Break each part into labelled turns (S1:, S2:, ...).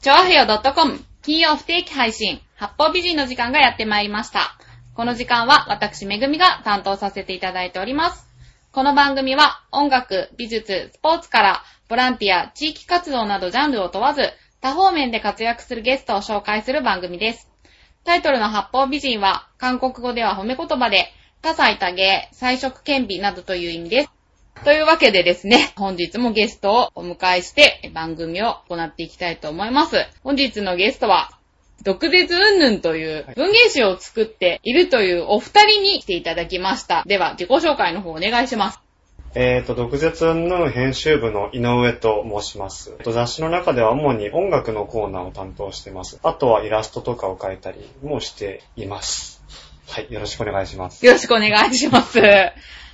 S1: ちょわへよ .com 金曜不定期配信、八方美人の時間がやってまいりました。この時間は私めぐみが担当させていただいております。この番組は音楽、美術、スポーツからボランティア、地域活動などジャンルを問わず多方面で活躍するゲストを紹介する番組です。タイトルの八方美人は韓国語では褒め言葉で多彩多芸、彩色兼備などという意味です。というわけでですね、本日もゲストをお迎えして番組を行っていきたいと思います。本日のゲストは、毒舌うんぬんという
S2: はい
S1: 文芸誌を作っているというお二人に来ていただきました。では、自己紹介の方お願いします。
S2: えっ、と、毒舌の編集部の井上と申します。えっと雑誌の中では主に音楽のコーナーを担当しています。あとはイラストとかを描いたりもしています。はい、よろしくお願いします。
S1: よろしくお願いします。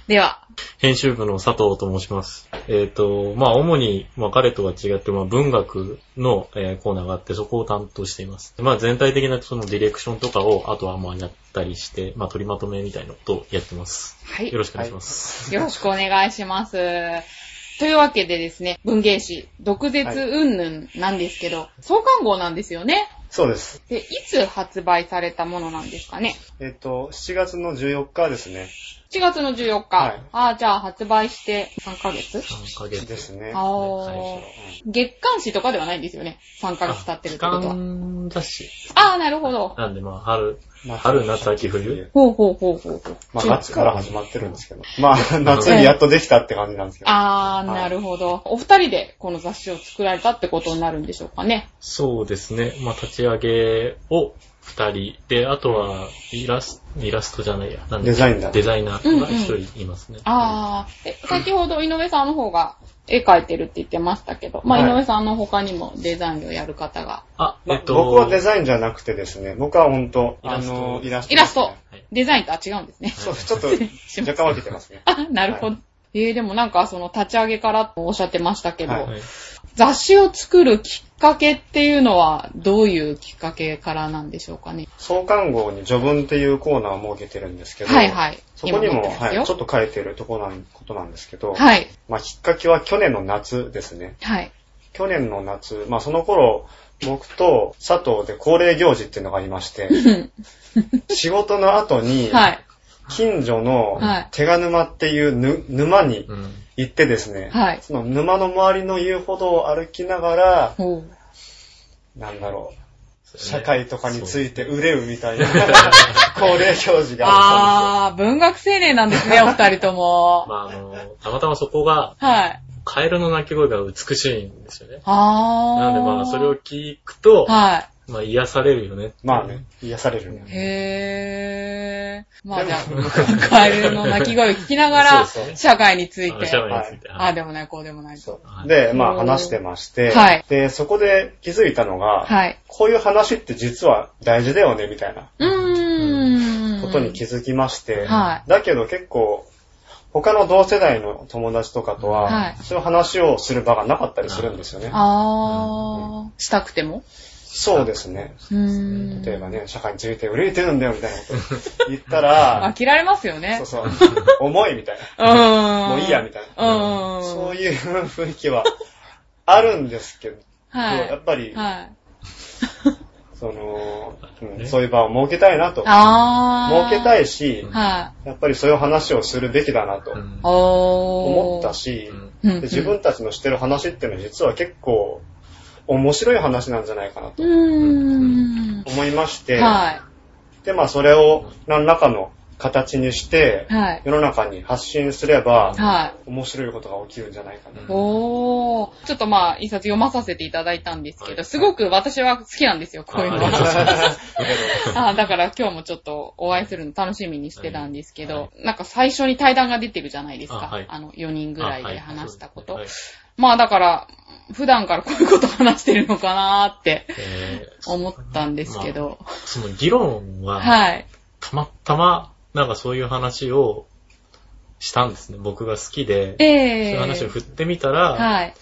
S1: では、
S3: 編集部の佐藤と申します。えっ、と、まあ、主に、まあ、彼とは違って、まあ、文学の、えーコーナーがあって、そこを担当しています。まあ、全体的なそのディレクションとかを、あとはまあ、やったりして、まあ、取りまとめみたいなことをやってます。
S1: はい。
S3: よろしくお願いします。
S1: よろしくお願いします。というわけでですね、文芸誌、毒舌うんぬんなんですけど、創刊号なんですよね。
S2: そうです。
S1: で、いつ発売されたものなんですかね。
S2: えっ、と、7月の14日ですね。
S1: 7月の14日。
S2: はい
S1: ああ、じゃあ発売して3ヶ月
S3: 3ヶ
S2: で
S3: 月。
S2: すね。
S1: あ
S2: は
S1: あ、
S3: はい
S1: 月刊誌とかではないんですよね。3ヶ月経ってるってことは。
S3: 間雑誌。
S1: ああ、なるほど。
S3: なんで、まあ、春、
S2: いまあ
S3: 春夏秋冬
S1: ほうほうほうほうほう。
S2: まあ、夏から始まってるんですけ ど。まあ、夏にやっとできたって感じなんですけど。
S1: ああ、
S2: はい
S1: なるほど。お二人でこの雑誌を作られたってことになるんでしょうかね。
S3: そうですね。まあ、立ち上げを2人で、あとは、イラスト、イラストじゃないや。なんで
S2: デザインだ
S3: デザイナーが1人いますね。
S1: ああ、え、先ほど井上さんの方が絵描いてるって言ってましたけど、まあ、
S2: はい
S1: 井上さんの他にもデザインをやる方が、
S3: あ、
S2: ま
S3: え
S2: あ
S3: っと、
S2: 僕はデザインじゃなくてですね、僕は本当、あの、イ
S3: イ
S2: ラストですね、
S1: イラスト
S3: はい、
S1: デザインとは違うんですね。
S2: そう、ちょっと若干分けてますね。
S1: あ、なるほど。
S2: は
S1: えー、でもなんかその立ち上げからとおっしゃってましたけど、
S2: はい
S3: はい
S1: 雑誌を作るきっかけっていうのはどういうきっかけからなんでしょうかね。
S2: 創刊号に序文っていうコーナーを設けてるんですけど、
S1: はいはい。
S2: そこに
S1: 今持って
S2: も、
S1: ま
S2: は
S1: す
S2: い、
S1: よ
S2: ちょっと書いてるとこなんことなんですけど、
S1: はい。
S2: まあ、きっかけは去年の夏ですね。
S1: はい。
S2: 去年の夏、まあ、その頃、僕と佐藤で恒例行事っていうのがありま して、仕事の後に、
S1: はい。
S2: 近所の
S1: はい
S2: 手賀沼っていうぬ沼に
S3: うん。
S2: 行ってですね、
S1: はい
S2: その沼の周りの遊歩道を歩きながら、
S1: おう
S2: なんだろう、
S3: そうですね
S2: 社会とかについて憂うみたいな恒例行事があ
S1: あ
S2: っ
S1: ー、文学青年なんですね、お二人とも。
S3: まあ、あの、たまたまそこが、
S1: はい。
S3: カエルの鳴き声が美しいんですよね。
S1: あー。
S3: なのでまあ、それを聞くと、
S1: は
S3: まあ、癒されるよ
S2: たん
S3: ね。
S2: ですよ。まあね、癒されるね
S1: い。。へー。まあじ
S2: で
S1: ゃ
S2: も
S1: あ、カエルの鳴き声を聞きながら
S3: そうです、ね
S1: 社会につい
S3: あの
S1: て
S3: 社。会について。
S1: あー、
S3: も。
S1: でもない、こうでもない。
S2: そ
S3: は
S2: う。
S3: い
S2: で、ま
S1: う
S2: あ
S1: ん
S2: 話してまして、
S1: はい
S2: で、そこで気づいたのが、
S1: はい。
S2: こういう話って実は大事だよね、みたいな
S1: うーん。
S2: ことに気づきまして、
S1: は
S2: だけど結構、他の同世代の友達とかとは、
S1: はい
S2: そういう話をする場がなかったりするんですよね。
S1: あー、したくても
S2: そうですね。
S1: うーん。
S2: 例えばね、社会について憂いてるんだよ、みたいなこと言ったら
S1: あ、、切られますよ
S2: そ
S1: ね
S2: う。そう、重いみたいな。
S1: うーん。
S2: もういいや、みたいな。
S1: うん。
S2: そういう雰囲気はあるんですけど、
S1: は
S2: やっ
S1: い。
S2: ぱり、
S1: はい。
S2: その、うん
S3: ね
S2: そういう場を設けたいなと。設
S1: あー。
S2: けた
S1: い。
S2: いし、
S1: はい。
S2: やっぱりそういう話をするべきだなと
S3: うん
S1: おー。
S2: 思ったし、
S1: うん、
S2: で自分たちのしてる話っていうのは実は結構面白い話なんじゃないかなと
S1: うーん。
S2: 思いまして、
S1: は
S2: で、まあそれを何らかの形にして
S1: い。、はい。
S2: 世の中に発信すれば、
S1: はい。
S2: 面白いことが起きるんじゃないか な。
S1: おー。ちょっとまあ、一冊読まさせていただいたんですけ
S3: は
S1: ど、
S3: い
S1: すごく私は好きなんですよ、こういうの
S3: あありがとうござ
S1: は。
S3: い
S2: だけど
S1: あだから今日もちょっとお会いするの楽しみにしてたんですけど
S3: は、
S1: なんか最初に対談が出てるじゃないですか。あ,、
S3: あはい
S1: の、4人ぐらいで話したこと。
S3: あはい
S1: まあだから、普段からこういうこと話してるのかなーって
S3: え
S1: 思ったんですけど。
S3: ーその議論は、
S1: はい。
S3: たまたま、なんかそういう話をしたんですね。僕が好きで、
S1: え
S3: そう
S1: え
S3: いう話を振ってみたら、
S1: はい。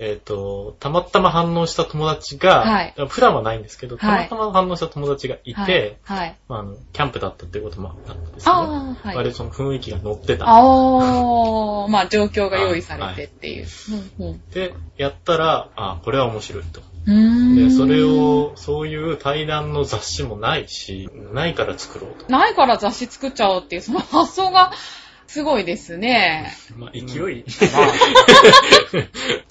S3: えっと、たまたま反応した友達が、普段はないんですけど、た
S1: は
S3: ま
S1: い
S3: たま反応した友達がい
S1: はい
S3: て、。
S1: はい。
S3: まあ、あの、キャンプだったっていうこともあったんですけど、
S1: ああ、はい。
S3: 割とその雰囲気が乗ってた。
S1: あー、まあ状況が用意されてっていう。うんうん
S3: で、やったら、あ、これは面白いと。
S1: うーん。
S3: で、それ。を、そういう対談の雑誌もないし、ないから作ろうと。
S1: ないから雑誌作っちゃおうっていう、その発想がすごいですね。
S3: まあ、勢い。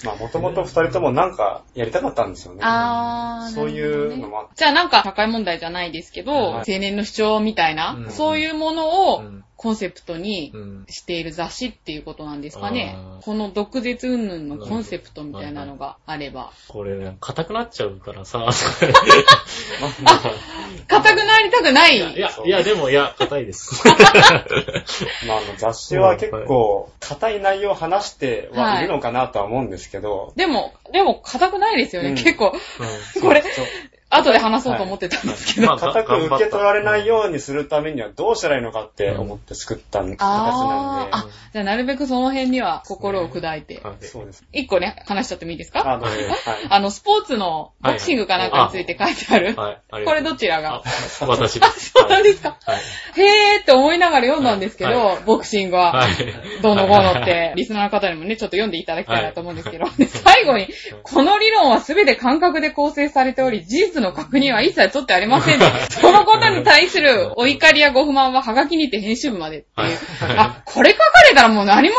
S2: まあ、もともと二人ともなんかやりたかったんですよね。
S1: あー。
S2: そういうの
S1: も。
S2: もあって。
S1: じゃあなんか社会問題じゃないですけど、
S3: はい
S1: 青年の主張みたいな、
S3: うん
S1: そういうもの
S3: う
S1: を
S3: ん
S1: コンセプトに
S3: うん
S1: している雑誌っていうことなんですかね
S3: あ。ー
S1: この毒舌云々のコンセプトみたいなのがあれば。
S3: これね、硬くなっちゃうか らさ。
S1: 硬くなりたくないい。
S3: や、いや、いやでも、いや、硬い です。
S2: まあ、あの雑誌は結構、硬い内容を話してはいるのかなとは思うんですけど、
S1: でも、でも硬くないですよね。
S2: うん
S1: 結構、
S3: う
S1: これ、
S2: そう
S1: 後で話そうと思ってたんですけど。
S3: まあ
S2: 硬く受け取られないようにするためにはどうしたらいいのかって思って作った形なん
S1: あ
S2: で。
S1: ーあ、じゃあなるべくその辺には心を砕いて。
S3: んはい
S2: そうです。
S1: 一個ね、話しちゃってもいいですか
S2: あ、どうぞはい。
S1: あの、スポーツのボクシングかなんかについて書いてある。
S3: はい。ありがとう
S1: これどちらが
S3: あ、私 です。
S1: そうなんですか
S3: はい。
S1: へーって思いながら読んだんですけ
S3: は
S1: ど、ボクシングは。
S3: はい。
S1: どうのこうのって、リスナーの方にもね、ちょっと読んでいただきたいなと思うんですけど、で最後に、この理論は全て感覚で構成されており、事実の確認は一切取ってありません。そのことに対するお怒りやご不満は、はがきにて編集部までっていう。
S3: はい
S1: あ、これ書かれたらもう何も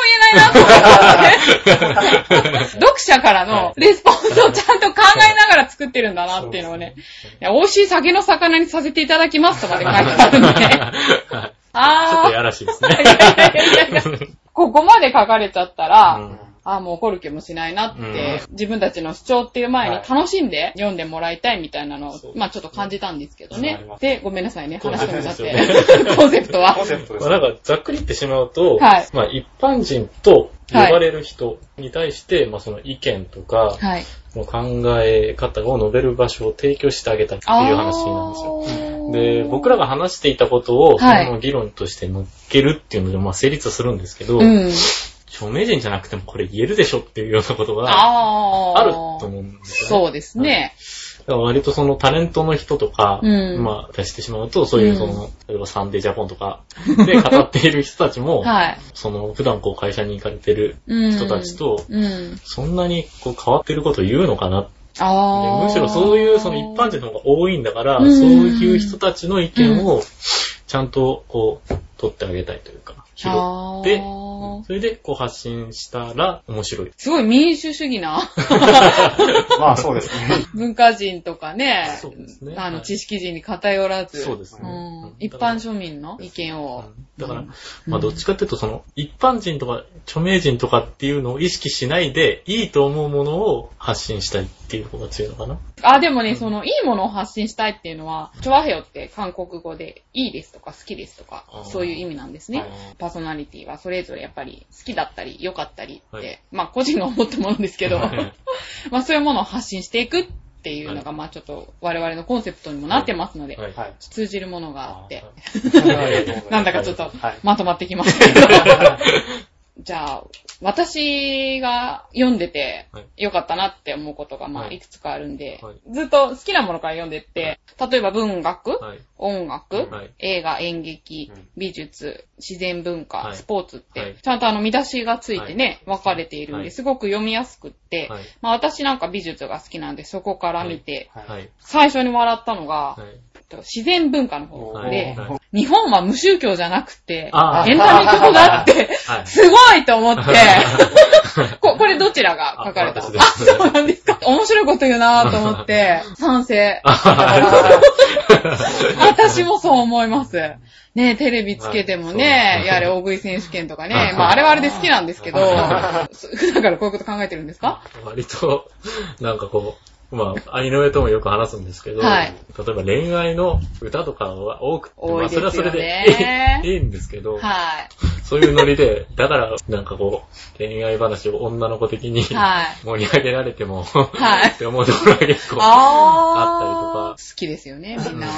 S1: 言えないなと思 って、読者からのレスポンスをちゃんと考えながら作ってるんだなっていうのをね、いや美味しい酒の魚にさせていただきますとかで書いてあるん で、
S3: はいちょっ
S1: あ
S3: と
S1: ー
S3: やらしいですね。
S1: いやいやいやいや ここまで書かれちゃったら、
S3: うん
S1: ああ、もう怒る気もしないなって、
S3: う
S1: 自分たちの主張っていう前に
S2: はい
S1: 楽しんで読んでもらいたいみたいなのを、
S3: そう
S1: まあちょっと感じたんですけど
S2: そうな
S1: ね
S2: りま。す
S1: で、ごめんなさいね、
S3: コン
S1: 話
S3: セ
S1: し
S3: プ
S1: てもら
S3: ト
S1: っ
S3: ですよね
S1: て。コンセプト
S2: コン
S1: は。
S2: セプトです
S3: まあ、。なんか、ざっくり言ってしまうと、
S1: はい
S3: まあ、一般人と呼ばれる人に対して、まあ、その意見とか、
S1: はい。
S3: もう考え方を述べる場所を提供してあげたいっていう話なんですよ。
S1: よ
S3: で、僕らが話していたことを、そ
S1: はい
S3: の議論として乗っけるっていうので、まあ、成立はするんですけど、
S1: うん。
S3: 著名人じゃなくてもこれ言えるでしょっていうようなことが
S1: ああ。
S3: あると思うんですよね。
S1: そうですね。
S3: だから割とそのタレントの人とか、
S1: うん
S3: まあ出してしまうと、そういうその、例えばサンデージャポンと かで語っている人たちも、
S1: はい。
S3: その普段こう会社に行かれてる
S1: うん
S3: 人たちと、
S1: うん。
S3: そんなにこう変わってることを言うのかなって、
S1: ああ。
S3: むしろそういうその一般人の方が多いんだから、
S1: うん
S3: そういう人たちの意見をちゃんとこう取ってあげたいというか、拾って、
S1: あー
S3: それでこう発信したら面白い。
S1: すごい民主主義な。
S2: まあ、そうですね。
S1: 文化人とかね、
S3: そうですね
S1: あの
S3: はい
S1: 知識人に偏らず、
S3: そうですね。
S1: うん
S3: うん
S1: 一般庶民の意見を。
S3: だから、
S1: うん
S3: まあどっちかっていうと、その、一般人とか、著名人とかっていうのを意識しないで、いいと思うものを発信したいっていう方が強いのかな。
S1: あ、でもね、その、いいものを発信したいっていうのは、チョアヘヨって韓国語で、いいですとか好きですとか
S3: あー、
S1: そういう意味なんです
S3: あ
S1: ね
S3: ー。
S1: パーソナリティはそれぞれやっぱり好きだったり、良かったりって、
S3: はい
S1: まあ個人が思ったものですけど、
S3: はい
S1: まあそういうものを発信していくっていうのが、まあちょっと我々のコンセプトにもなってますので、
S3: はい
S2: はい。
S1: 通じるものがあって、
S2: はい
S1: なんだかちょっと
S2: はい
S1: まとまってきましたけど。 じゃあ、私が読んでて
S3: はい
S1: 良かったなって思うことが、ま
S3: は
S1: あ、
S3: い
S1: いくつかあるんで、
S3: はい
S1: ずっと好きなものから読んでって、例えば文学、
S3: はい。
S1: 音楽、
S3: はい
S1: 映画、演劇
S2: うん、
S1: 美術、自然文化、
S3: はい
S1: スポーツって、
S3: はい
S1: ちゃんとあの見出しがついてね、分かれているん
S3: は
S1: で、
S3: い
S1: すごく読みやすくって、
S3: はい
S1: まあ私なんか美術が好きなんで、そこから見て、
S3: は。い。
S1: 最初に笑ったのが、
S3: はい。
S1: 自然文化の方
S2: はい
S1: で、
S3: はい
S1: 日本は無宗教じゃなくて、エン
S3: あ
S1: タ
S3: ー
S1: メ教だって、
S3: はい。
S1: すごいと思って、 ここれどちらが書かれた
S3: あ
S1: あ
S3: 私です
S1: そうなんですか。面白いこと言うなぁと思って、賛成。私もそう思います。ねテレビつけても
S3: はい
S1: ね、
S3: そう
S1: やれ大食い選手権とかね
S3: はい、
S1: まああれはあれで好きなんですけど、
S3: は
S1: 普段からこういうこと考えてるんですか
S3: 割と、なんかこう、まあ、兄の上ともよく話すんですけど、
S1: はい
S3: 例えば恋愛の歌とかは多くて、
S1: 多いですよ
S3: ま
S1: ね
S3: あ、それはそれでいいいいんですけど、
S1: は
S3: そういうノリで、だから、なんかこう、恋愛話を女の子的に、
S1: い。はい。
S3: 盛り上げられても、
S1: はい
S3: って思うところが結構好あ
S1: あ
S3: ったりとか
S1: ー。好きですよね、みんな。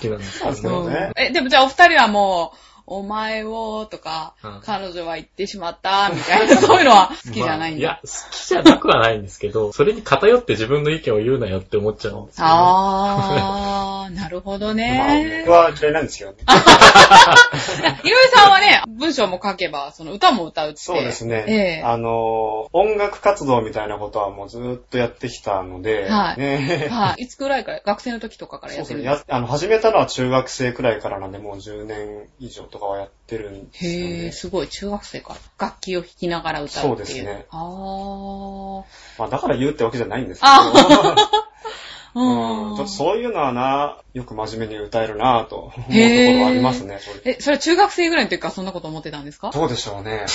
S3: きなんですけ
S2: そう
S3: ど
S2: で
S3: ね。
S2: すね
S1: え、でもじゃあお二人はもう、お前をとか、
S3: うん
S1: 彼女は言ってしまった、みたいな、 そういうのは好きじゃないん
S3: まあい
S1: だ。
S3: や、好きじゃなくはないんですけど、それに偏って自分の意見を言うなよって思っちゃうんですよね。
S1: ああー、なるほど
S2: まあ
S1: ね
S2: 僕。は嫌いなんですけどね。
S1: 井上さんはね、文章も書けば、その歌も歌うって。
S2: そうです
S1: え
S2: ね。
S1: え
S2: あの、音楽活動みたいなことはもうずーっとやってきたので、
S1: はい
S2: ね
S1: はい。いつくらいから学生の時とかから
S2: そ
S1: や
S2: う
S1: って
S2: そう
S1: るんです
S2: やあの始めたのは中学生くらいからなんで、もう10年以上とかはやってるんですよ
S1: へー、
S2: ね。
S1: すごい。中学生から楽器を弾きながら歌うっていう。
S2: そうですね
S1: あー。
S2: まあ、だから言うってわけじゃないんですけ
S1: うん。
S2: ど、うんちょっとそういうのはな、よく真面目に歌えるなぁと思うところ
S1: へー
S2: はありますね。そういう
S1: え、それは中学生ぐらいの時からそんなこと思ってたんですか
S2: どうでしょうね。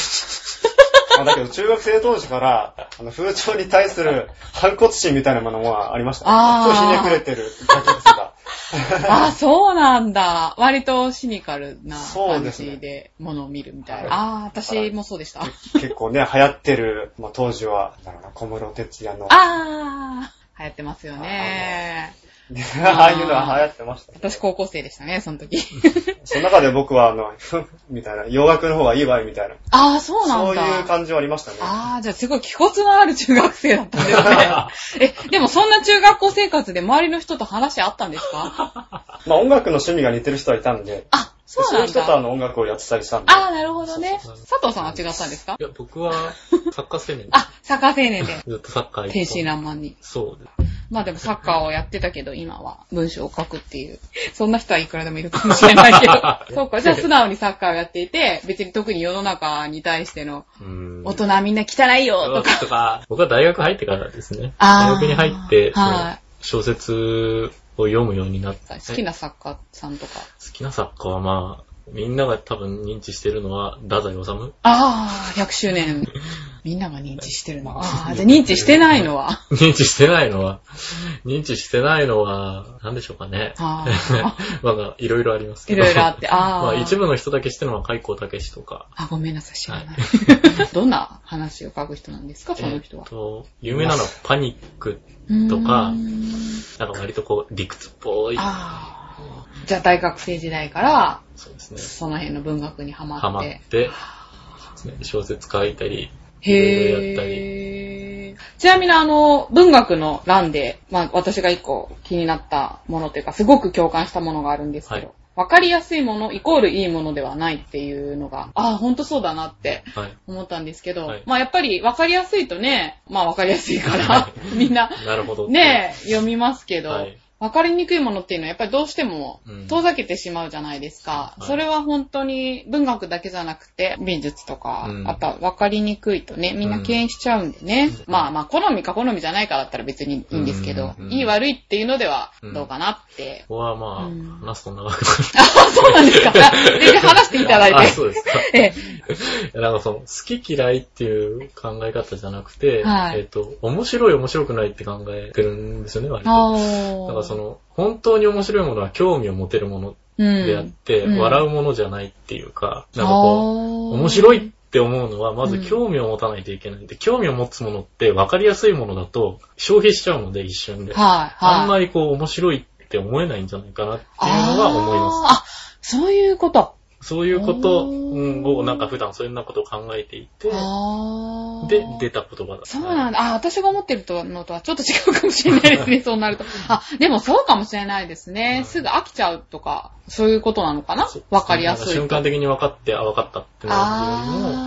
S2: まあだけど中学生当時から、あの風潮に対する反骨心みたいなものはありましたね。
S1: あー
S2: ちょっとひねくれてる楽曲が。
S1: あ、そうなんだ。割とシニカルな
S2: そう
S1: 感
S2: ですね
S1: じで物を見るみたいな。
S2: はい
S1: ああ、私もそうでした。あ
S2: 結構ね、流行ってる、まあ、当時は、なんだろうな、小室哲也の、あ
S1: あー、流行ってますよね。
S2: あいうのは流行ってました、ね。
S1: 私高校生でしたね、その 時。
S2: その中で僕は、あの、 ふんみたいな、洋楽の方がいいわい、みたいな。
S1: ああ、そうなんだ。
S2: いう感じはありましたね。
S1: ああ、じゃあすごい気骨のある中学生だったんです ね。え、でもそんな中学校生活で周りの人と話あったんですか
S2: まあ音楽の趣味が似てる人はいたんで、
S1: あ、そう
S2: そうい
S1: な
S2: うん人とあ
S1: だ。
S2: の音楽をやってたりしたんで、
S1: ああ、なるほどね。
S3: そうそう
S1: 佐藤さんは違ったんですか
S3: いや、僕は、サッカー青年
S1: あ、サッカー青年で。
S3: ずっとサッカー一本
S1: 天真爛漫に。
S3: そうです。
S1: まあでもサッカーをやってたけど、今は文章を書くって いう。そんな人はいくらでもいるかもしれないけど。そうか、じゃあ素直にサッカーをやっていて、別に特に世の中に対しての、
S3: うん
S1: 大人みんな汚いよとか。
S3: とか、僕は大学入ってからですね。
S1: あー
S3: 大学に入って、その
S1: はい
S3: 小説を読むようになった。
S1: 好きな作家さんとか。
S3: 好きな作家はまあ、みんなが多分認知してるのは、太宰治
S1: ああ、100周 年。みんなが認知してるの。ああ、じゃあ認知してないのは。
S3: 認知してないのは、認知してないのは、なんでしょうかね。
S1: あ
S3: まあ、いろいろあります
S1: い
S3: けど。
S1: ろいろあって。ああ。
S3: まあ、一部の人だけ知ってるのは、開口武史とか。
S1: あ、ごめんなさい、知らない。 どんな話を書く人なんですか、その人
S3: え
S1: は
S3: っ。と、有名なのはパニック、とか
S1: うーん
S3: なんか割とこう、理屈っぽい。
S1: ああ。じゃあ大学生時代から、
S3: そうですね。
S1: その辺の文学にハマ
S3: ハマ
S1: っ。
S3: ってて、小説書いたり、いろいろやった
S1: へー。ちなみにあの、文学の欄で、まあ私が一個気になったものというか、すごく共感したものがあるんですけど、
S3: は
S1: わかりやすいものイコールいいものではないっていうのが、ああ、ほんとそうだなって
S3: はい。
S1: 思ったんですけど、
S3: はい
S1: まあやっぱりわかりやすいとね、まあわかりやすいから
S3: は、
S1: みんな、
S3: なるほど。
S1: ねえ、読みますけど、わ、
S3: はい
S1: かりにくいものっていうのはやっぱりどうしても
S3: うん
S1: 遠ざけてしまうじゃないですか。
S3: はい
S1: それは本当に文学だけじゃなくて、美術とか、
S3: うん
S1: あとはわかりにくいとね、みんな敬遠しちゃうんでね。
S3: うん
S1: まあまあ、好みか好みじゃないかだったら別にいいんですけど、
S3: うん
S1: いい悪いっていうのでは
S3: うん
S1: どうかなって。
S3: ここはまあ、
S1: うん
S3: 話すと長くなる。
S1: あ、そうなん ですか。全然話していただいて。
S3: あ、そうですか。
S1: え
S3: なんかその、好き嫌いっていう考え方じゃなくて、
S1: はい
S3: えっ、と、面白い面白くないって考えてるんですよね、割と。だからそ
S1: あ
S3: の、本当に面白いものは興味を持てるものであって、
S1: うんうん
S3: 笑うものじゃないっていうか、なんかこう、面白いって思うのは、まず興味を持たないといけないんで、興味を持つものって分かりやすいものだと消費しちゃうので、一瞬で。
S1: はい、はい。
S3: あんまりこう、面白いって思えないんじゃないかなっていうのは思います。
S1: あーあ、そういうこと。
S3: そういうこと
S1: おー
S3: うんを、なんか普段そんなことを考えていて、
S1: あー
S3: で、出た言葉だ。
S1: そうなんだ。あ、私が思ってるのとはちょっと違うかもしれないですね、そうなると。あ、でもそうかもしれないですね。すぐ飽きちゃうとか、そういうことなのかな
S3: そう
S1: わかりやすいと。
S3: 瞬間的に分かって、あ、分かったってなるよりも、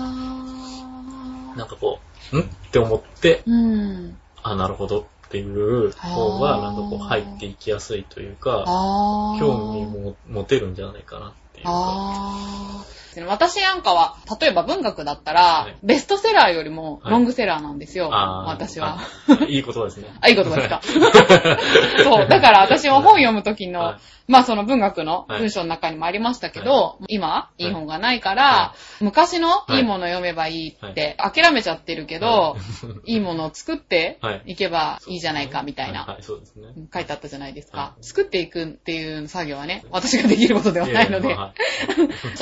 S1: あー
S3: なんかこう、んって思って、
S1: うん。
S3: あ、なるほどっていう方
S1: あ
S3: が、
S1: ー
S3: なんかこう入っていきやすいというか、
S1: あー
S3: 興味も持てるんじゃないかなっていうか。
S1: あー私なんかは、例えば文学だったら、
S3: い
S1: ベストセラーよりも
S3: はい
S1: ロングセラーなんですよ、
S3: あー
S1: 私は。。
S3: あいい言葉ですね。
S1: あ、いいことです か。そう。だから私も本読むときの、
S3: は
S1: まあその文学の
S3: はい
S1: 文章の中にもありましたけど、
S3: は
S1: 今、
S3: い
S1: いい本がないから、
S3: は
S1: 昔の
S3: い
S1: いいものを読めばいいって諦めちゃってるけど、 い、いものを作って
S3: はい
S1: いけばいいじゃないかみたい
S3: は
S1: な。
S3: はい、そうですね。
S1: 書いてあったじゃないですか、
S3: は
S1: 作っていくっていう作業はね、私ができることではないので、
S3: ややまあはい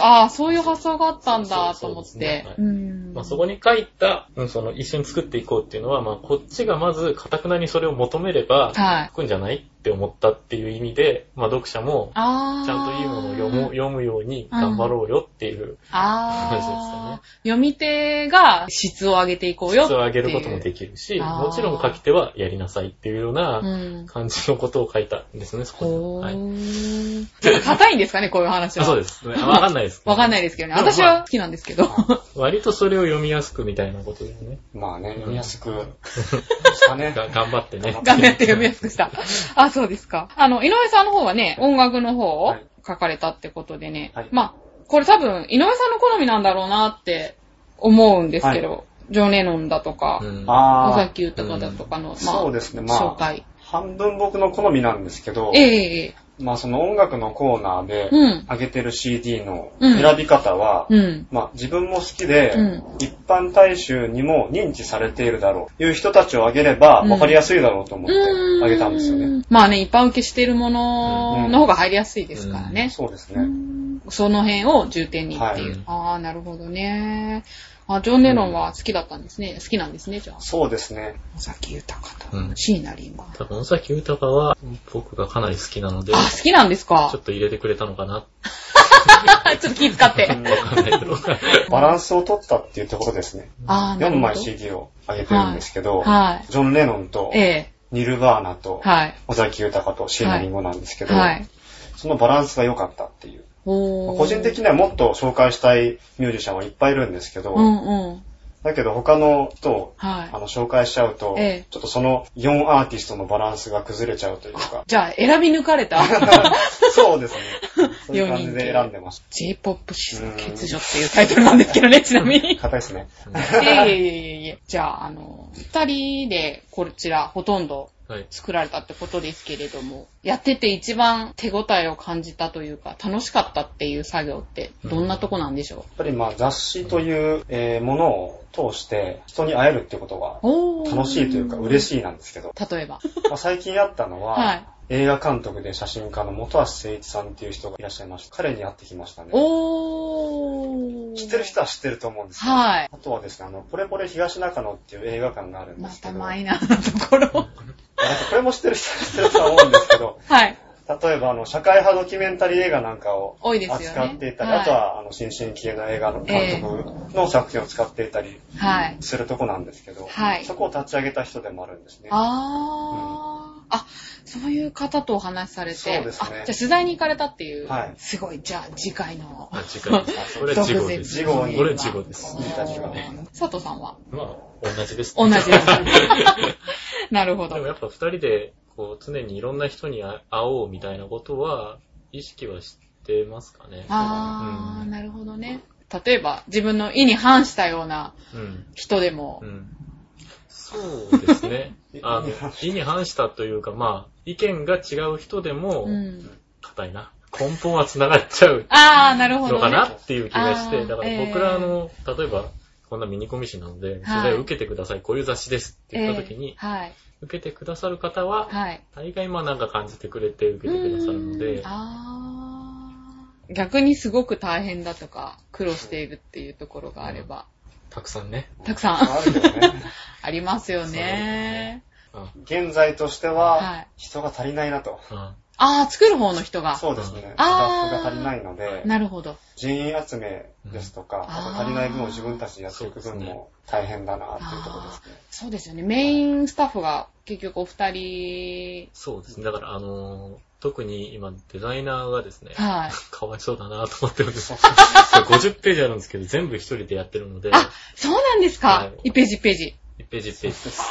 S1: ああ、そういう発想があったんだと思っ
S3: そうそうそうです
S1: て
S3: ねはい。
S1: うん
S3: まあ、そこに書いた、うん、その一緒に作っていこうっていうのは、まあ、こっちがまず、かたくなにそれを求めれば、
S1: はい
S3: 書。くんじゃないって思ったっていう意味で、まあ、読者も、
S1: あー
S3: ちゃんといいものを読む読むように頑張ろうよっていう、
S1: あ
S3: 話でした
S1: あ
S3: ね、
S1: 読み手が質を上げていこう
S3: 質
S1: よ。
S3: を上げることもできるし、
S1: あー
S3: もちろん書き手はやりなさいっていうよう
S1: う。
S3: なん感じのことを書いたんですね、そこには。
S1: ほ
S3: はい
S1: ー。ちょっと硬いんですかね、こういう話
S3: あ
S1: は。。
S3: そうですす。わかんないです。
S1: わかんないですけどね。
S3: でもまあ
S1: 私は好きなんですけど。
S3: 割とそれを読みやすくみたいなことだよね。
S2: まあね、読みやすく したね。
S3: が頑張ってね。
S1: 画面って読みやすく した。あ、そうですか。あの、井上さんの方はね、音楽の方を
S2: はい
S1: 書かれたってことでね。
S2: はい
S1: まあ、これ多分、井上さんの好みなんだろうなって思うんですけど、ジョン・レノンだとか、
S3: うん
S1: 尾
S2: ああ、
S1: 崎豊だとかの、まあ、
S2: そうですねまあ
S1: 紹介。
S2: 半分僕の好みなんですけど
S1: え、ええ
S2: まあその音楽のコーナー
S1: え
S2: で
S1: うん。
S2: 上げてる CD の
S1: うん
S2: 選び方は、
S1: うん。
S2: まあ自分も好きで、
S1: う
S2: 一般大衆にも認知されているだろう、いう人たちを上げれば
S1: うん
S2: 分かりやすいだろうと思って
S1: うん。
S2: 上げたんですよね。。
S1: まあね、一般受けしてるものの方が入りやすいですからね。
S2: そうです
S1: う
S2: ね。
S1: んその辺を重点にっていう。
S3: はい
S1: ああ、なるほどね。あ、ジョン・レノンは好きだったんですね。好きなんですね、じゃあ。
S2: そうですね。
S1: 尾崎豊と、
S3: うん
S1: 椎名林檎。
S3: 多分、尾崎豊は僕がかなり好きなので、
S1: あ、好きなんですか
S3: ちょっと入れてくれたのかなって
S1: あちょっと気遣って。
S3: わ かんないけど。
S2: バランスを取ったっていうところですね。
S1: ああ、な
S2: 4
S1: るほど。
S2: 枚 CD を上げてるんですけど、
S1: は
S2: ジョン・レノンと
S1: い。え、え
S2: ニルバーナと、
S1: はい。
S2: 尾崎豊と椎名林檎なんですけど、
S1: はい。
S2: そのバランスが良かったっていう。ま
S1: お
S2: あ
S1: ー
S2: 個人的にはもっと紹介したいミュージシャンはいっぱいいるんですけど、
S1: うんうん。
S2: だけど他の人をあ
S1: は
S2: の紹介しちゃうと、
S1: ええ
S2: ちょっとその4アーティストのバランスが崩れちゃうというか
S1: い。、じゃあ、選び抜かれ た
S2: そうですね。そういう感じで選んでまし
S1: J-POP シスの欠如っていうタイトルなんですけどね、ちなみに
S2: た。。硬いですね。
S1: いえいえいえいえ。じゃあ、あの、二人でこちらほとんど
S3: はい。
S1: 作られたってことですけれども、やってて一番手応えを感じたというか、楽しかったっていう作業ってどんなとこなんでしょ
S2: やっぱりまあ雑誌という、えーものを通して人に会えるってことが
S1: う、おー
S2: 楽しいというか嬉しいなんですけど、
S1: 例えば。
S2: まあ最近会ったのは、
S1: はい
S2: 映画監督で写真家の本橋誠一さんっていう人がいらっしゃいました。彼に会ってきましたね。
S1: おー。
S2: 知ってる人は知ってると思うんですけど、
S1: はい。
S2: あとはですね、あの、ポレポレ東中野っていう映画館があるんで
S1: ます
S2: け
S1: た
S2: ど、
S1: マイナーなところ。
S2: なんかこれも知ってる人は知ってるとは思うんですけど、
S1: はい。
S2: 例えばあの、社会派ドキュメンタリー映画なんかを
S1: 多いですよね
S2: 扱っていたり、
S1: はい
S2: あとはあの、新進気鋭の映画の監督の作品を使っていたり
S1: はい。
S2: するとこなんですけど、
S1: はい
S2: そこを立ち上げた人でもあるんですね。
S1: あー。あ、そういう方とお話しされて。
S2: そうです
S1: あ
S2: ね
S1: じゃあ取材に行かれたっていう。
S2: はい
S1: すごい。じゃあ次回の。
S3: あ次回です。これは事後です。
S2: 次号に
S3: これは事後です。
S1: おー佐藤さんは
S3: まあ、同じです。
S1: 同じです。なるほ
S3: でも
S1: ど。
S3: やっぱ二人で、こう、常にいろんな人に会おうみたいなことは、意識はしてますかね。
S1: あー、
S3: うん
S1: なるほどね。例えば、自分の意に反したような
S3: うん。
S1: 人でも
S3: う、ん。そうですね
S2: え。
S3: あの
S2: 意に反、
S3: 意に反したというか、まあ、意見が違う人でも、
S1: うん。
S3: 硬いな。根本は繋がっちゃう
S1: あー、なるほ
S3: の
S1: ど
S3: かな
S1: ね。
S3: っていう気がし
S1: あ
S3: て、
S1: ー
S3: だから僕らあの、例えば、こんなミニコミ誌なので、取材を受けてください、こういう雑誌ですって言った時に、
S1: えーはい。
S3: 受けてくださる方は、
S1: はい。
S3: 大概まあなんか感じてくれて受けてくださるの
S1: う
S3: で
S1: ん、あー逆にすごく大変だとか、苦労しているっていうところがあれば、
S3: たくさんね、
S1: たくさん
S2: あるけどね。
S1: ありますよ
S3: そうです
S1: ね
S3: ね。あ
S2: 現在として
S1: は
S2: はい人が足りないなと。
S3: あ
S1: あー、作る方の人が。
S2: そうですね。スタ
S1: あー
S2: ッフが足りないので、
S1: なるほど。
S2: 人員集めですとか、あと足りない分を自分たちでやっていく分も大変だなっていうところですね。
S1: そうですよね。メインスタッフが結局お二人、
S3: そうですね。だからあのー、特に今デザイナーがですね、
S1: はい。
S3: かわいそうだなと思ってるんで
S2: そ
S3: す
S2: う
S3: よ。
S2: そう
S3: 50ページあるんですけど、全部一人でやってるので、
S1: あ、そうなんです
S3: は
S1: か
S3: い。
S1: 1ページ1ページ。
S3: 1ページ1ページです。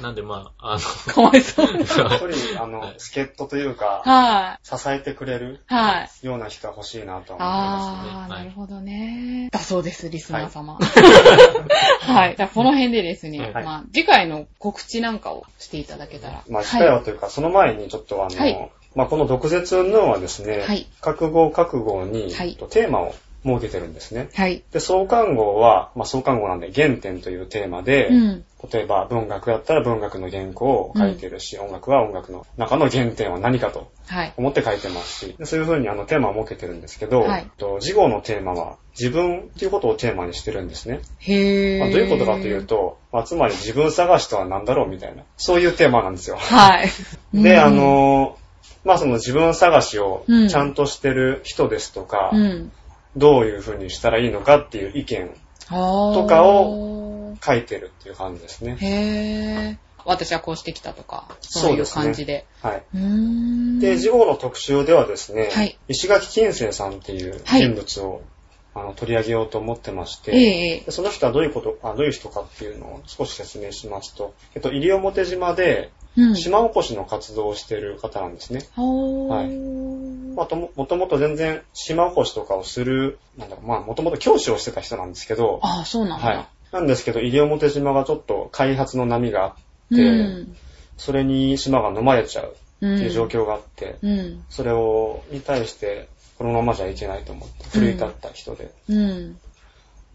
S3: なんでまあ、あの、
S1: かわいそう。
S2: やっぱり、あの、助っ人というか、
S1: はい。
S2: 支えてくれる
S1: はい。
S2: ような人が欲しいなとは思ってます。
S1: あー、
S3: はい
S1: なるほどね。だそうです、リスナー様。 はい。じゃあ、この辺でですね、
S2: はい
S1: まあ、次回の告知なんかをしていただけたら。
S2: まあ、機
S1: はい
S2: 会はというか、その前にちょっとあの、
S1: はい
S2: まあ、この毒舌云々はですね、
S1: はい
S2: 覚悟覚悟に、
S1: はい
S2: えっとテーマを設けてるんですね。
S1: はい。
S2: で、創刊号は、まあ、創刊号なんで原点というテーマで、
S1: うん。
S2: 例えば文学だったら文学の原稿を書いてるし、音楽は音楽の中の原点は何かと
S1: はい。
S2: 思って書いてますし、でそういう風にあのテーマを設けてるんですけど、
S1: はい
S2: えっと事号のテーマは自分っていうことをテーマにしてるんですね。
S1: へ
S2: まあ
S1: ー。
S2: どういうことかという。と、まあつまり自分探しとは何だろうみたいな、そういうテーマなんですよ。
S1: はい。う
S2: で、
S1: ん
S2: あ、の、まあその自分探しを
S1: うん
S2: ちゃんとしてる人ですとか、
S1: うん。
S2: どういう風にしたらいいのかっていう意見
S1: と
S2: とかを。書いてるっていう感じですね。
S1: へー。私はこうしてきたとか、そういう感じで。
S2: はい。
S1: うーん。
S2: で、事後の特集ではですね、
S1: はい
S2: 石垣金星さんっていう
S1: はい
S2: 人物を、あの取り上げようと思ってまして、
S1: ええ
S2: でその人はどういうことあ、どういう人かっていうのを少し説明しますと、えっと、西表島で
S1: うん。
S2: 島おこしの活動をしている方なんですね。
S1: ほー。
S2: はいまあ、とももともと全然島おこしとかをする、なんだろう、まあ、もともと教師をしてた人なんですけど、
S1: ああ、そうなんだ。
S2: はい。なんですけど、西表島がちょっと開発の波があって、
S1: うん。
S2: それに島が飲まれちゃう
S1: う
S2: っ
S1: ん。
S2: ていう状。況があって、
S1: うん。
S2: それを、に対して、このままじゃいけないと思って、奮い立った人で。
S1: うん。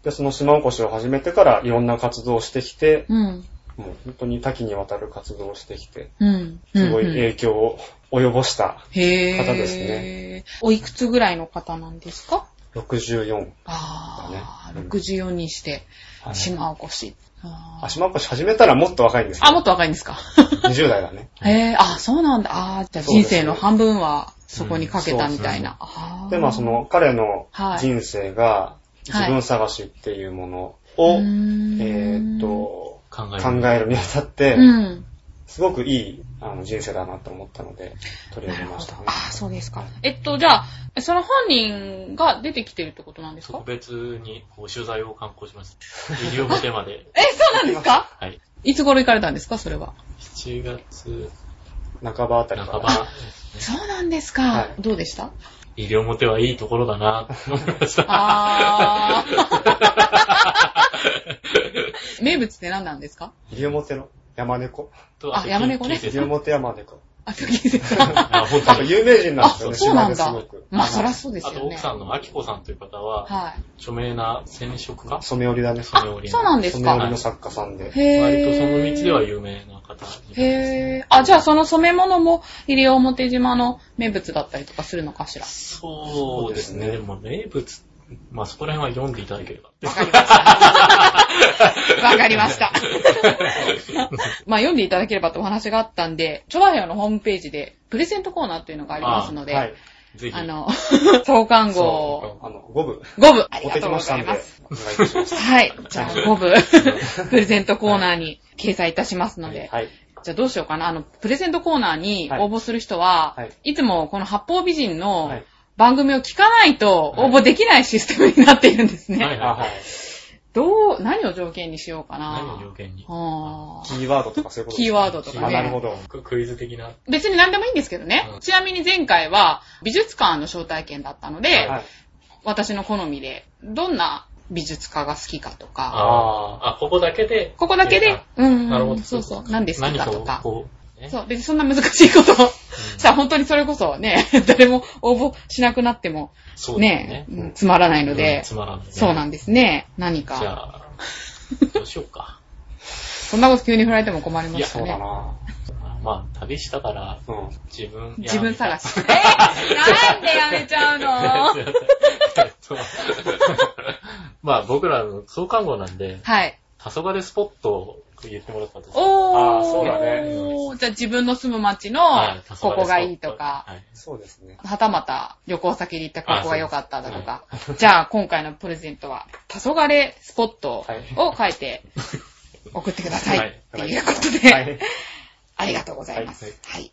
S2: で、その島おこしを始めてから、いろんな活動をしてきて、
S1: うん。
S2: もう本当に多岐にわたる活動をしてきて、
S1: うん。
S2: すごい
S1: うん
S2: 影響を及ぼした
S1: へー
S2: 方ですね。
S1: おいくつぐらいの方なんですか
S2: 64。
S1: ああ、
S2: だね
S1: 64にして、
S2: はい
S1: 島おこし。あ
S2: あ、
S1: ー
S2: 島おこし始めたらもっと若いんですけ
S1: あ、
S2: ど、
S1: もっと若いんですか
S2: 20代だね。
S1: へえ、あ、そうなんだ。ああ、じゃあ
S2: そうで
S1: 人
S2: す
S1: 生の半分はそこにかけたみたいな。あー
S2: で、まあそ、の彼の
S1: はい
S2: 人生が、自分探しっていうものを、
S1: うーん
S2: えーっ、と、
S3: 考え
S2: 考
S3: る。
S2: えるにあたって、
S1: うん。
S2: すごくいいあの人生だなと思ったので、取り
S1: な
S2: 上げ
S1: るほ
S2: ま
S1: ど
S2: したね。。
S1: ああ、そうですか。えっと、じゃあ、その本人が出てきてるってことなんですか
S3: 特別にこう取材を刊行しました。医療表まで。
S1: え、そうなんですか
S3: はい。
S1: いつ頃行かれたんですかそれは。
S3: 7月
S2: 半ばあたり
S3: 半
S2: から。
S3: ば、
S1: そうなんですか。
S2: はい
S1: どうでした
S3: 医療表はいいところだな、と思いました。
S1: あー。名物って何なんですか
S2: 西表の山猫。
S3: と
S1: あ山猫ね
S3: 近畿
S2: 西
S3: です
S2: 表山猫。
S1: あ、時計ですか
S3: あ、本
S2: なん
S3: 当
S2: か
S3: に。
S2: 有名人なん
S1: あ、
S2: ですよね、
S1: そうなん
S2: 島
S1: だ
S2: ですごく。。
S1: まあ、そらそうです
S3: あと
S1: よ
S3: 奥
S1: ね。
S3: さんのあきこさんという方は、
S1: はい。
S3: 著名な染色家
S2: 染織りだね。
S3: 染
S1: あ
S3: 織、の
S1: そうなんです
S2: 染織
S1: か。
S2: りの作家さん
S1: へ
S2: で。
S1: ー。
S3: 割とその道では有名な方みたいですね。
S1: へー。あ、じゃあその染め物も西表島の名物だったりとかするのかしら。
S3: そうですね。
S2: そう
S3: で
S2: ですね
S3: も名物、まあそこら辺は読んでいただければ。
S1: わかりました。 わかりました。まあ読んでいただければとお話があったんで、チョアヘヨのホームページでプレゼントコーナーというのがありますので、
S2: はい。
S3: ぜひ。
S1: あの、 創刊号を
S2: あの、五部、
S1: 5部、あり
S2: 持
S1: が
S2: っ
S1: と
S2: てき
S1: うご
S2: まし
S1: ざ
S2: た
S1: い
S2: んで、お
S1: ま
S2: 願
S1: す。
S2: いいたします。
S1: はい。じゃあ5部、プレゼントコーナーに掲載いたしますので、
S2: はい。
S1: じゃあどうしようかな。あの、プレゼントコーナーに応募する人は、、
S2: はいはい
S1: つもこの八方美人の
S2: はい
S1: 番組を聞かないと応募できないシステムになっているんですね。
S3: はい
S2: あはい。
S1: どう、何を条件にしようか
S3: 何を
S1: な
S3: 条。件に
S1: あ
S2: キーワードとかそういうことですね
S1: キーワードとかね
S2: あなるほど。
S3: ククイズ的な。
S1: ー別に何でもいいんですけどね。
S3: うん
S1: ちなみに前回は美術館の招待券だったので、
S2: はい。
S1: 私の好みで、どんな美術家が好きかとか、
S2: あ
S3: あ、ここだけで。
S1: ここだけで、うん、
S3: なるほど。
S1: そうそう、何ですか
S3: 何か
S1: と
S3: を
S1: か。
S3: こう、ね
S1: そう、別にそんな難しいことをしたら本当にそれこそね、 誰も応募しなくなっても
S3: そうです
S1: ね
S3: ね、。
S1: うんつまらないの
S3: うん
S1: で、
S3: つまらないね。
S1: そうなんですね。何
S3: じゃ
S1: か。
S3: あ、どうしようか。
S1: そんなこと急に振られても困ります
S2: そう
S1: よね。
S2: だな
S3: まあ、旅したから、
S2: うん。
S3: 自分、
S1: 自分探
S3: し。
S1: し。えーなんでやめちゃうの
S3: えっとまあ、僕らの創刊号なんで、
S1: はい。
S3: 黄昏スポットを言ってもらったと。
S1: おー。
S2: あーそうだね
S1: じゃあ自分の住む町の
S3: はい黄昏スポッ
S1: こ
S3: ト
S1: こがいいとか、
S3: はい
S2: そうですね。
S1: はたまた旅行先で行ったここが良かっただとか。じゃあ今回のプレゼントは、黄昏スポットを書いて送ってくださ
S3: はい
S1: い。っていうことで。
S2: はい。
S1: ありがとうございます。はい。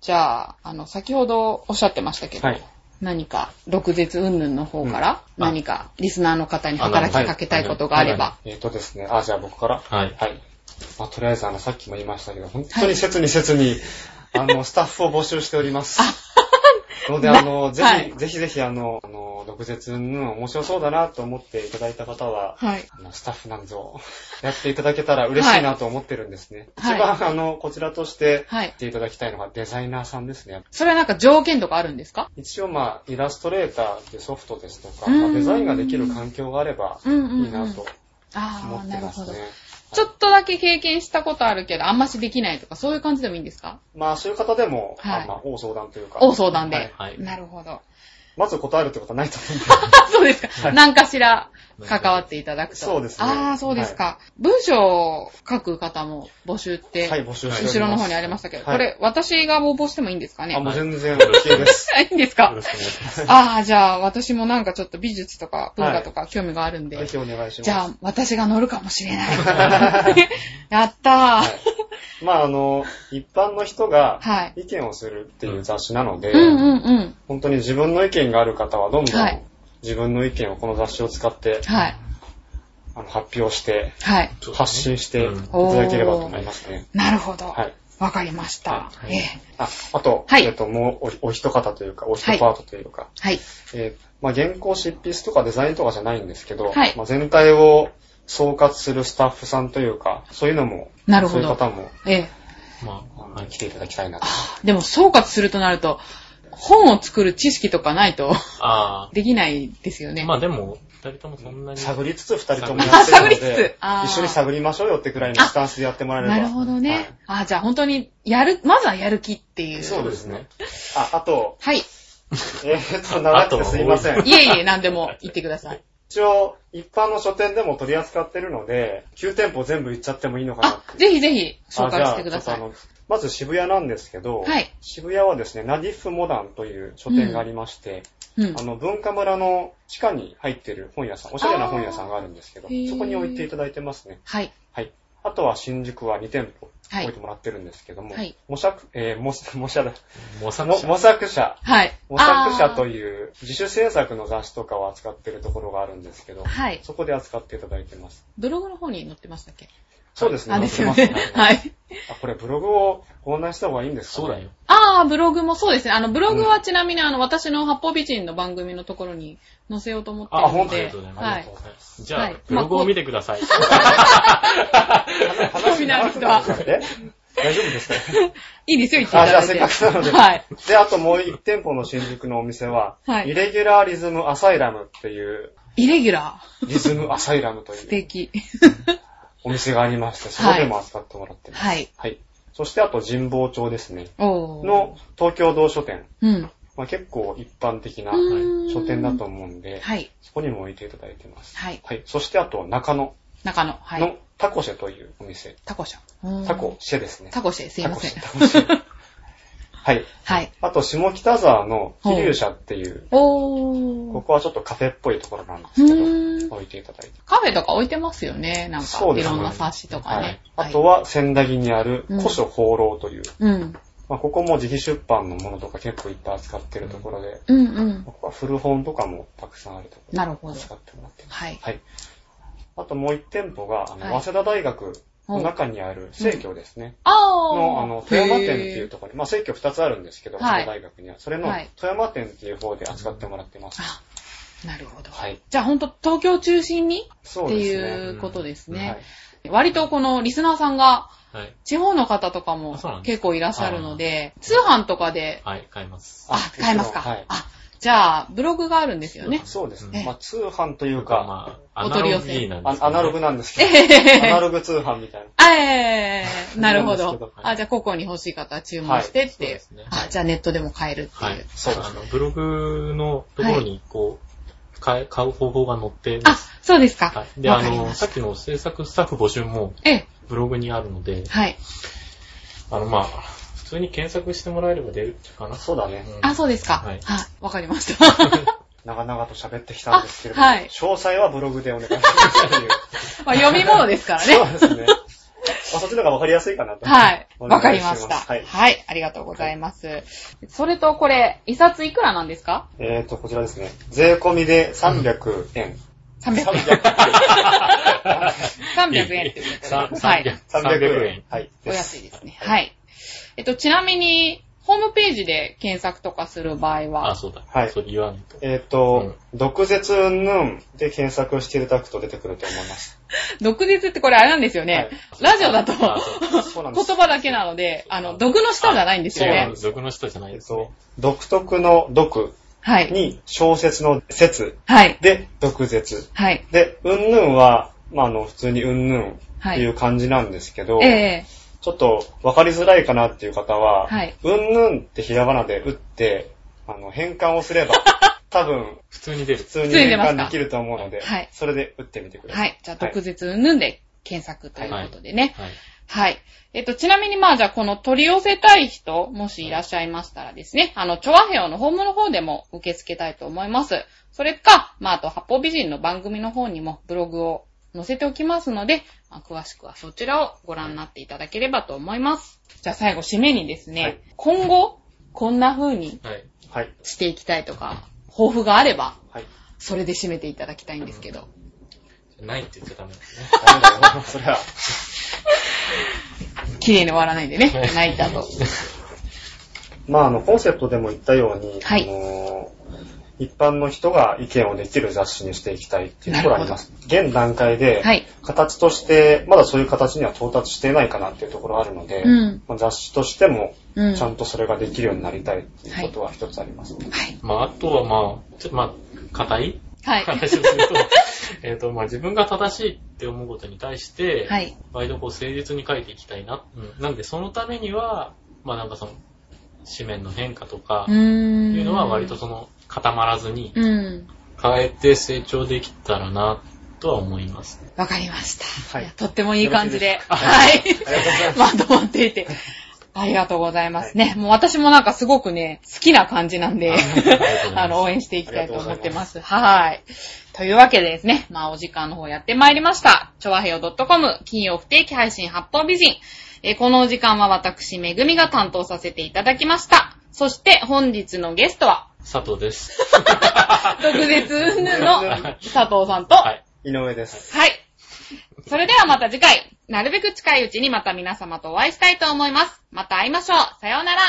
S1: じゃあ、あの、先ほどおっしゃってましたけど、
S2: はい
S1: 何か、毒舌云々の方から、
S3: うんあ
S1: 何か、リスナーの方に働きかけたいことがあれば。
S2: えっとですね、あ、じゃあ僕から。
S3: はい。
S2: はい。まあ、とりあえず、あの、さっきも言いましたけど、本当に切に切に、 あの、スタッフを募集しております。ので、あの、ぜ
S1: はい
S2: ひ、ぜひぜひ、あの、あの、の、毒舌の面白そうだなと思っていただいた方 は、
S1: はい。
S2: あの、スタッフなんぞ、やっていただけたら嬉しいなと思ってるんですね。
S1: はい
S2: 一番、あの、こちらとして、
S1: はい
S2: やっていただきたいのがデザイナーさんですね。
S1: それはなんか条件とかあるんですか
S2: 一応まあ、イラストレーターってソフトですと
S1: う
S2: か、
S1: ん
S2: まあデザインができる環境があれば
S1: うんうんうん
S2: いいなと思
S1: ああ、
S2: っ
S1: な
S2: て
S1: る
S2: ま
S1: ほ
S2: す
S1: ど
S2: ね。。
S1: ちょっとだけ経験したことあるけど、あんましできないとか、そういう感じでもいいんですか
S2: まあ、そういう方でも、
S1: はい
S2: あまあ、大相談というか、
S1: お相談で、
S2: はい
S3: はい
S1: なるほど。
S2: まず答えるってことはないと思うんで。
S1: あそうですか。何かしら関わっていただくと。
S2: そうですね
S1: ああ、そうですか。文章を書く方も募集って、
S2: はい、募集しております。
S1: 後ろの方にありましたけど、
S2: はい
S1: これ私が応募してもいいんですかね
S2: あ、もう全然
S3: はい
S2: OK です。
S1: いいんです
S3: よ
S1: か
S3: ろしくお願いします。
S1: ああ、じゃあ私もなんかちょっと美術とか文化とか興味がある んで、
S2: ぜひお願いします。
S1: じゃあ私が乗るかもしれない。 やったー。
S2: は
S1: はい。
S2: い。まあ、あの、一般の人が意見をするっていう雑誌なので、
S1: うんうんうん。
S2: 本当に自分の意見がある方はどんど
S1: はい
S2: ん自分の意見をこの雑誌を使って、
S1: はい。
S2: あの発表して、
S1: はい。
S2: 発信してい
S3: うん
S2: ただければと思いますね。
S1: なるほど。
S2: はい。
S1: わかりました。
S3: はい
S1: ええ
S2: あ、あと、
S1: はい
S2: えっと、もうお、お一方というか、お一パートというか、
S1: はい。
S2: えーまあ、原稿執筆とかデザインとかじゃないんですけど、
S1: はい
S2: まあ、全体を総括するスタッフさんというか、そういうのも、
S1: なるほど
S2: そういう方も、
S1: ええ。
S3: ま
S2: あ
S3: あ、
S2: の
S3: はい
S2: 来ていただきたいなと。
S1: でも総括するとなると、本を作る知識とかないと
S3: あ
S1: できないですよね。
S3: あ、まあでも、二人ともそんなに。
S2: 探りつつ二人とも
S1: あ
S2: やってるの
S1: 探りつつ
S2: で
S1: あー、
S2: 一緒に探りましょうよってくらいのスタンスでやってもらえれば。
S1: なるほどね。あ、じゃあ本当に、やる、まずはやる気ってい
S2: は
S1: う。
S2: い。そうで すね。あ、あと、
S1: はい。い
S2: えーっと、長くてすいませ
S1: え
S2: ん。
S1: いえ、何でも言ってくださ い。
S2: 一応、一般の書店でも取り扱ってるので、9店舗全部行っちゃってもいいのかなっ
S1: あ
S2: て、いう。
S1: ぜひぜひ、紹
S2: あじ
S1: 介
S2: ゃ
S1: し
S2: あ
S1: てください
S2: ちょ。っとあのまず渋谷なんですけど、
S1: はい
S2: 渋谷はですね、ナディフモダンという書店がありまして、
S1: うん
S2: あ。の、文化村の地下に入ってる本屋さん、おしゃれな本屋さんがあるんですけど
S1: あーへー、
S2: そこに置いていただいてますね。
S1: はい。
S2: はい。あとは新宿は2店舗
S1: はい
S2: 置いてもらってるんですけども、
S1: はい
S2: 模索、えー、模 索、模索、
S3: 模索
S2: 模
S3: 者
S2: 模索者、
S1: はい。
S2: 模索者と
S1: う。
S2: いう自主制作の雑誌とかを扱ってるところがあるんですけど、
S1: はい
S2: そこで扱っていただいてます。
S1: ブログの方に載ってましたっけ
S2: そうですね。
S1: あ、で
S2: 載っ
S1: す
S2: て
S1: よ
S2: ますね
S1: ね。はい。
S2: あ、これブログをご案内した方がいいんですか
S3: そう
S2: ね
S3: だよ。。
S1: ああ、ブログもそうですね。あの、ブログはちなみにあの、私の八方美人の番組のところに載せようと思ってる
S2: あ
S1: の
S2: 本
S1: で。
S2: 当
S3: あり
S2: に
S3: がとうございます。
S1: は
S3: あり
S1: い
S3: がとう。ございます。じゃあ、
S1: はい
S3: ブログを見てください。
S2: 話
S1: になる人は
S2: え大丈夫ですか
S1: いいですよ、言っていただいて。
S2: あじゃあせっかくなので
S1: はい。
S2: で、あともう一店舗の新宿のお店は、
S1: はい
S2: イレギュラーリズムアサイラムっていう、
S1: イレギュラ
S2: リズムアサイラムと
S1: ー。素
S2: いう
S1: 敵。
S2: お店がありまして、そこでも扱ってもらってます。
S1: はい。
S2: はい。そしてあと神保町ですね。
S1: おー。
S2: の東京道書店。
S1: うん。
S2: まあ、結構一般的な
S1: うん
S2: 書店だと思うんで、
S1: はい。
S2: そこにも置いていただいてます。
S1: はい
S2: はい。そしてあと中野
S1: 中野。はい。
S2: のタコシェというお店。
S1: タコシャ。
S2: タコ。シェですね。
S1: タコシェ、すいません
S2: タ。コシ ェ。タコシェはい。
S1: はい。
S2: あと、下北沢の気流社っていう、
S1: お
S2: こ
S1: ー。
S2: こはちょっとカフェっぽいところなんで
S1: う
S2: すけ
S1: ーん
S2: ど、置いていただいて。
S1: カフェとか置いてますよね。なんか、
S2: そう
S1: い
S2: ですね
S1: ろんな冊子とか
S2: はい
S1: ね。。
S2: あとは、仙台にある
S1: うん
S2: 古書放浪という、
S1: うん。
S2: まあ、ここも自費出版のものとか結構いっぱい扱ってるところで、
S1: うんうん。
S2: ここは古本とかもたくさんあるところ
S1: なるほど。
S2: 扱ってもらってます。
S1: はい。
S2: はい。あともう一店舗が、あの、
S1: はい
S2: 早稲田大学の中にある生協ですね。
S1: あー。
S2: の、あの、富山店って
S1: へ
S2: いう
S1: ー。
S2: ところに、まあ、生協2つあるんですけど、
S1: はい
S2: 早稲田大学には。それの
S1: はい、
S2: 富山店っていう方で扱ってもらってます。
S1: あ、なるほど。
S2: はい。
S1: じゃあほんと東京中心に
S2: そ
S1: っ
S2: う
S1: て
S2: です
S1: い
S2: ね。
S1: うことです
S2: は
S1: ね
S2: い。
S1: 割とこのリスナーさんが
S3: はい。
S1: 地方の方とかも
S3: あそうなんです
S1: 結構いらっしゃるので、通販とかで、
S3: はい、買います。
S1: あ、買えますか。
S2: はい。
S1: あ、じゃあ、ブログがあるんですよね。
S2: そうです
S1: ええ
S2: ね。まあ、通販とい
S3: と
S2: うか、
S3: まあ、
S1: お
S3: アナ
S1: 取り
S3: ロ
S1: 寄
S3: グ
S1: せ
S3: なんで
S2: あ
S3: す
S2: アナログ
S3: な。
S2: なんです
S1: え
S2: け
S1: へへ
S2: ど、アナ
S1: へ。
S2: ログ通販みたいな。
S1: あえー、なるほ
S2: なんです
S1: ど
S2: け。ど
S1: あ、じゃあ、個々に欲しい方は注文してってい
S3: は
S1: う
S3: いそうですね。
S1: あ、じゃあ、ネットでも買えるって。。
S3: はいいう
S2: そうです
S3: あの、ブログのところに、こう、買え買う方法が載ってま
S1: あ
S3: す。、
S1: そうですか。
S3: はい。で、
S1: わ
S3: あ
S1: かり
S3: の、
S1: ま
S3: さ
S1: し
S3: っきの制作スタッフ募集も
S1: た。え
S3: ブログにあるので
S1: え、、はい。
S3: あの、まあ、普通に検索してもらえれば出るかな。
S2: そうだね
S3: ん
S1: あ、そうですか。は
S3: はいい。
S1: わかりました。
S2: 長々と喋ってきたんですけれど
S1: あ
S2: も、
S1: はい
S2: 詳細はブログでお願いしますっていう。
S1: まあ、読み物ですからね
S2: そ。うですね。まあ、そっちの方がわかりやすいかなと。
S1: はい。
S2: お
S1: わか
S2: 願い
S1: り
S2: し
S1: ました。
S2: はい。
S1: はい。ありがとうございます。それと、これ、一冊いくらなんですか
S2: えーと、こちらですね。税込みで300円。
S1: ?300 円。300円ってことで。
S3: さ
S1: はい。
S3: 300 300円。
S2: はい。
S1: お
S2: です
S1: 安いですね。はい。えっと、ちなみに、ホームページで検索とかする場合
S3: あ、
S1: は、
S3: そうだ。
S2: はい
S3: それ言わんと。
S2: えっ、と、毒舌うんぬんで検索していただくと出てくると思います。
S1: 毒舌ってこれあれなんですよね。ラジオだと
S3: あそう
S2: そうなんです。
S1: 言葉だけなので、あの、毒の下じゃないんですよ
S3: そうなん
S1: ね
S3: で。す。俗の人じゃない
S2: えっ、
S3: です
S2: と
S3: ね。、
S2: 独特の毒
S1: はい。
S2: に小説の説
S1: はい。
S2: で毒舌。
S1: はい。
S2: で、うんぬんは、まあ、あの、普通にうんぬんっ
S1: は
S2: ていう
S1: い。
S2: 感じなんですけど、
S1: ええ
S2: ちょっと分かりづらいかなっていう方は、
S1: はい
S2: うんぬんってひらがなで打って、あの、変換をす れば、多分、
S3: 普通に出る
S2: 普。通に
S1: 普通に出
S2: 変
S1: ますか
S2: 換できると思うので、
S1: はい
S2: それで打ってみてください。
S1: はい。じゃあ、毒舌うんぬんで検索ということでね。
S3: はい。
S1: はい。えっと、ちなみにまあ、じゃあ、この取り寄せたい人、もしいらっしゃいましたらですね、あの、チョアヘオのホームの方でも受け付けたいと思います。それか、まあ、あと、八方美人の番組の方にもブログを載せておきますので、まあ詳しくはそちらをご覧になっていただければと思います。じゃあ、最後、締めにですね、
S2: はい
S1: 今後、こんな風に
S3: はい。
S2: はい。
S1: していきたいとか、抱負があれば、
S2: はい。
S1: それで締めていただきたいんですけど。
S3: ないって言っちゃダメですね。
S2: ダメだよ。それは、
S1: 綺麗に終わらないでね
S3: は、い
S1: 泣いたと。
S2: まあ、あの、コンセプトでも言ったように、
S1: はい
S2: あの一般の人が意見をできる雑誌にしていきたいっていうところあります。現段階で、
S1: はい。
S2: 形として、まだそういう形には到達していないかなっていうところあるので、
S1: うん
S2: まあ雑誌としても、
S1: うん。
S2: ちゃんとそれができるようになりたいっていうことは一つあります。
S1: はい。
S3: まあ、あとはまあ、ちょまあ、硬い
S1: はい。
S3: 話をすると、 えっと、まあ自分が正しいって思うことに対して、
S1: はい。
S3: 毎度こう誠実に書いていきたいな。うんなんで、そのためには、まあなんかその、紙面の変化とか
S1: う、ー
S3: い
S1: ん。
S3: うのは割とその、固まらずに、
S1: うん。
S3: 変えて成長できたらな、とは思います。
S1: わかりました。
S2: はい
S1: いやとってもいい感じで。
S3: ろ
S1: はい。
S2: ありがとうございます。
S1: まとまっていて。ありがとうございますね。もう私もなんかすごくね、好きな感じなんで
S3: ありがとうございます、
S1: あの、応援していきたいと思ってます。はい。というわけでですね、まあお時間の方やってまいりました。ちょわへよ .com 金曜不定期配信発泡美人。えーこのお時間は私、めぐみが担当させていただきました。そして本日のゲストは、
S3: 佐藤です。
S1: 特別の 佐藤さんと、
S3: はい。
S2: 井上です。
S1: はい。それではまた次回、なるべく近いうちにまた皆様とお会いしたいと思います。また会いましょう。さようなら。